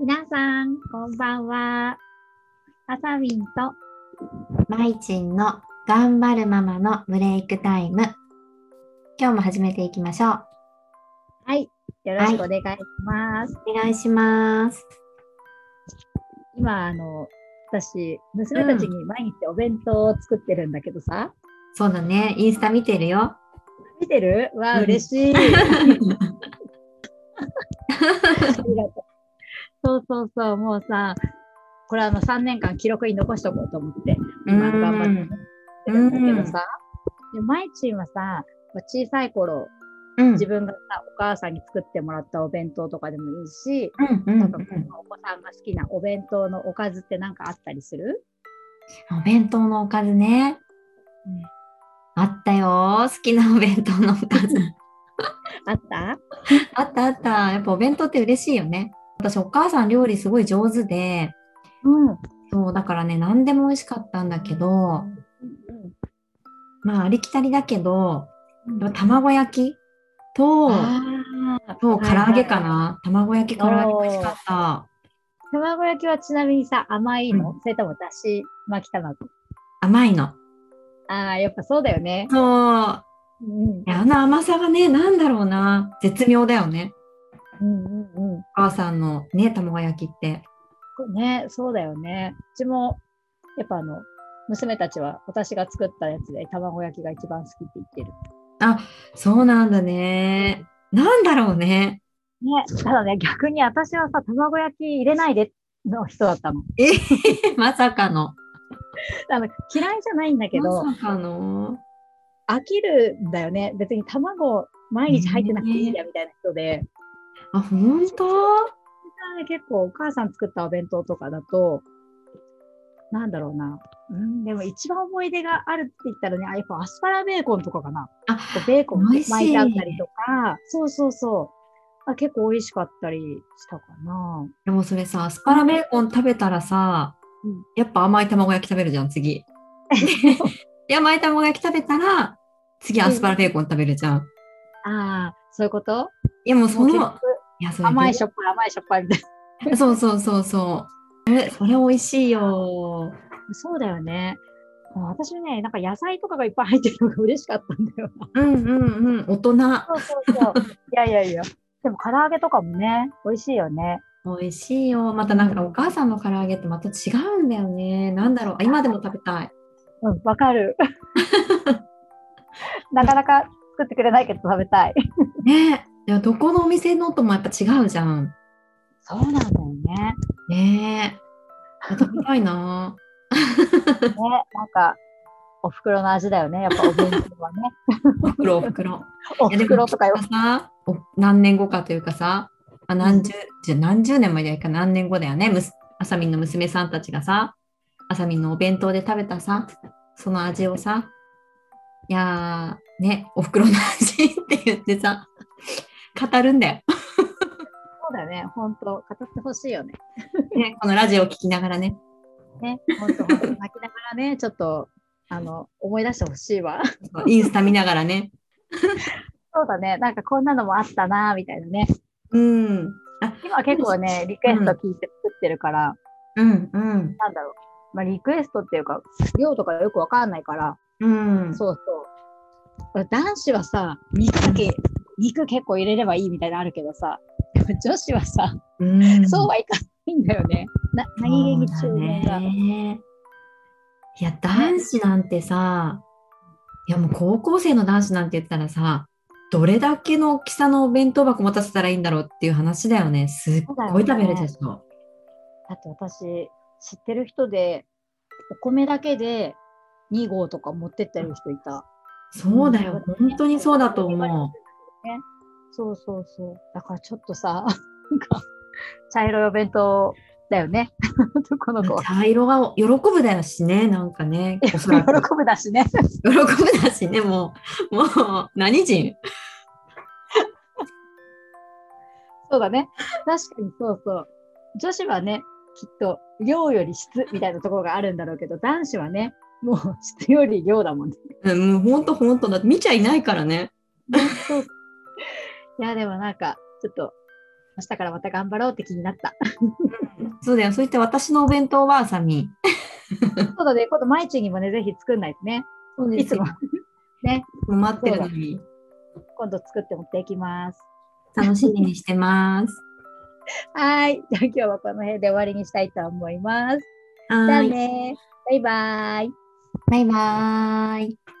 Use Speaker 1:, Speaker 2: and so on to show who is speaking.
Speaker 1: 皆さん、こんばんは。あさみんと、
Speaker 2: まいちんの頑張るママのブレイクタイム。今日も始めていきましょう。
Speaker 1: はい、よろしくお願いします。
Speaker 2: お願いします。
Speaker 1: 今、あの、私、娘たちに毎日お弁当を作ってるんだけどさ、
Speaker 2: そうだね。インスタ見てるよ。
Speaker 1: 見てるわあ、
Speaker 2: うん
Speaker 1: 嬉しい。ありがとうそうそうそう、もうさ、これあの3年間記録に残しとこうと思って、今頑張って作ってるんだけどさ、でまいちんはさ、小さい頃、
Speaker 2: うん。
Speaker 1: 自分がさお母さんに作ってもらったお弁当とかでもいいし、
Speaker 2: うんうんう
Speaker 1: なん
Speaker 2: ん
Speaker 1: かお子さんが好きなお弁当のおかずって何かあったりする
Speaker 2: お弁当のおかずね。
Speaker 1: うん
Speaker 2: あったよ。好きなお弁当のおかず。
Speaker 1: あった
Speaker 2: あったあった。やっぱお弁当って嬉しいよね。私、お母さん料理すごい上手で、
Speaker 1: うん。うん
Speaker 2: そう、だからね、何でも美味しかったんだけど、まあ、ありきたりだけど、
Speaker 1: うん
Speaker 2: やっぱ卵焼きと、
Speaker 1: あー
Speaker 2: そう、唐揚げかな。
Speaker 1: はいはい
Speaker 2: 卵焼き、唐揚げ美味しかった。
Speaker 1: 卵焼きはちなみにさ、甘いの、
Speaker 2: う
Speaker 1: それともだし巻き卵
Speaker 2: 甘いの。
Speaker 1: ああ、やっぱそうだよね。
Speaker 2: そう。
Speaker 1: うん
Speaker 2: いやあの甘さがね、なんだろうな。絶妙だよね。
Speaker 1: うんうんうん。
Speaker 2: お母さんのね、卵焼きって。
Speaker 1: ね、そうだよね。うちも、やっぱあの、娘たちは私が作ったやつで卵焼きが一番好きって言ってる。
Speaker 2: そうなんだね。なんだろうね。
Speaker 1: ね、ただね、逆に私はさ、卵焼き入れないでの人だったの。
Speaker 2: えまさかの。
Speaker 1: あの嫌いじゃないんだけど、
Speaker 2: まさかの。
Speaker 1: 飽きるんだよね。別に卵毎日入ってなくていいやみたいな人で。
Speaker 2: あ、本当
Speaker 1: 結構お母さん作ったお弁当とかだと、なんだろうな。うん、でも一番思い出があるって言ったらね、あやっぱアスパラベーコンとかかな。
Speaker 2: あ
Speaker 1: こうベーコン
Speaker 2: 美味しい
Speaker 1: 巻いてあったりとか、そうそうそう。あ結構美味しかったりしたかな。
Speaker 2: でもそれさ、アスパラベーコン食べたらさ
Speaker 1: うん、
Speaker 2: やっぱ甘い卵焼き食べるじゃん、 次。で甘い卵焼き食べたら、次アスパラベーコン食べるじゃん。
Speaker 1: ああ、そういうこと
Speaker 2: いやもうそ
Speaker 1: もう結
Speaker 2: の、
Speaker 1: 局
Speaker 2: いやそれ
Speaker 1: 甘いしょっぱい甘いしょっぱいみたい
Speaker 2: そうそうそうそう。え、それ美味しいよ。
Speaker 1: な。そうだよね。私ね、なんか野菜とかがいっぱい入ってるのが嬉しかったんだよ。
Speaker 2: うんうんうん、大
Speaker 1: そ
Speaker 2: 人。
Speaker 1: うそうそう。いやいやいや。でも唐揚げとかもね、美味しいよね。
Speaker 2: 美味しいよ。またなんかお母さんの唐揚げってまた違うんだよね。なんだろう。あ今でも食べたい。
Speaker 1: うん、わか る。なかなか作ってくれないけど食べたい。
Speaker 2: ねえ。いやどこのお店のともやっぱ違うじゃん。
Speaker 1: そうなんだよね。
Speaker 2: ねえ。食べたいな。
Speaker 1: ね、なんか、お袋の味だよね。やっぱお弁当はね。
Speaker 2: お袋お袋。
Speaker 1: お
Speaker 2: いやでも
Speaker 1: 袋とかよ。
Speaker 2: さお何年後かというかさ、あ何十じゃ何十年前じゃないか何年後だよね。むすあさみんの娘さんたちがさ、あさみんのお弁当で食べたさ、その味をさ、いやー、ね、お袋の味って言ってさ、語るんだよ。
Speaker 1: そうだよね。本当語ってほしいよね。
Speaker 2: ね、このラジオを聞きながらね。
Speaker 1: ね、本当 泣きながらね、ちょっと、あの、思い出してほしいわ。
Speaker 2: インスタ見ながらね。
Speaker 1: そうだね。なんかこんなのもあったな、みたいなね。
Speaker 2: うん。あ、
Speaker 1: 今は結構ね、リクエスト聞いて作ってるから、
Speaker 2: うん、うん。
Speaker 1: なんだろう。まあ、リクエストっていうか、量とかよくわかんないから、
Speaker 2: うん。
Speaker 1: そうそう。男子はさ、肉だけ、肉結構入れればいいみたいなのあるけどさ、でも女子はさ、
Speaker 2: うん
Speaker 1: そうはいかないんだよね。な、何気に注文
Speaker 2: そうだ
Speaker 1: が。
Speaker 2: ね。いや、男子なんてさ、いやもう高校生の男子なんて言ったらさ、どれだけの大きさのお弁当箱持たせたらいいんだろうっていう話だよね。すっごい食べるでしょ。
Speaker 1: だって私、知ってる人で、お米だけで2合とか持ってってる人いた。
Speaker 2: そうだよ。本当にそうだと思
Speaker 1: ね。そうそうそう。だからちょっとさ、なんか、茶色いお弁当だよね。 男の
Speaker 2: う
Speaker 1: 子は。。
Speaker 2: 茶色が喜ぶだよしね、なんかね。おそ
Speaker 1: 喜
Speaker 2: らく
Speaker 1: ぶだしね。
Speaker 2: 喜ぶだしね、もう、もう、何人
Speaker 1: そうだね。確かにそうそう。女子はね、きっと量より質みたいなところがあるんだろうけど、男子はね、もう質より量だもんね。
Speaker 2: うんもう本当本当だ。 見ちゃいないからね。
Speaker 1: いや、でもなんか、ちょっと、明日からまた頑張ろうって気になった。
Speaker 2: そうだよ。そして私のお弁当はあさみん。
Speaker 1: そうだね、今度、まいちにもね、ぜひ作んないとね。
Speaker 2: そう
Speaker 1: いつも。
Speaker 2: 待ってるのに。
Speaker 1: 今度作って持っていきます。
Speaker 2: 楽しみにしてます。
Speaker 1: はい。じゃあ今日はこの辺で終わりにしたいと思います。じゃ
Speaker 2: は
Speaker 1: あ
Speaker 2: ーい。
Speaker 1: ね。バイバイ。
Speaker 2: バイバーイ。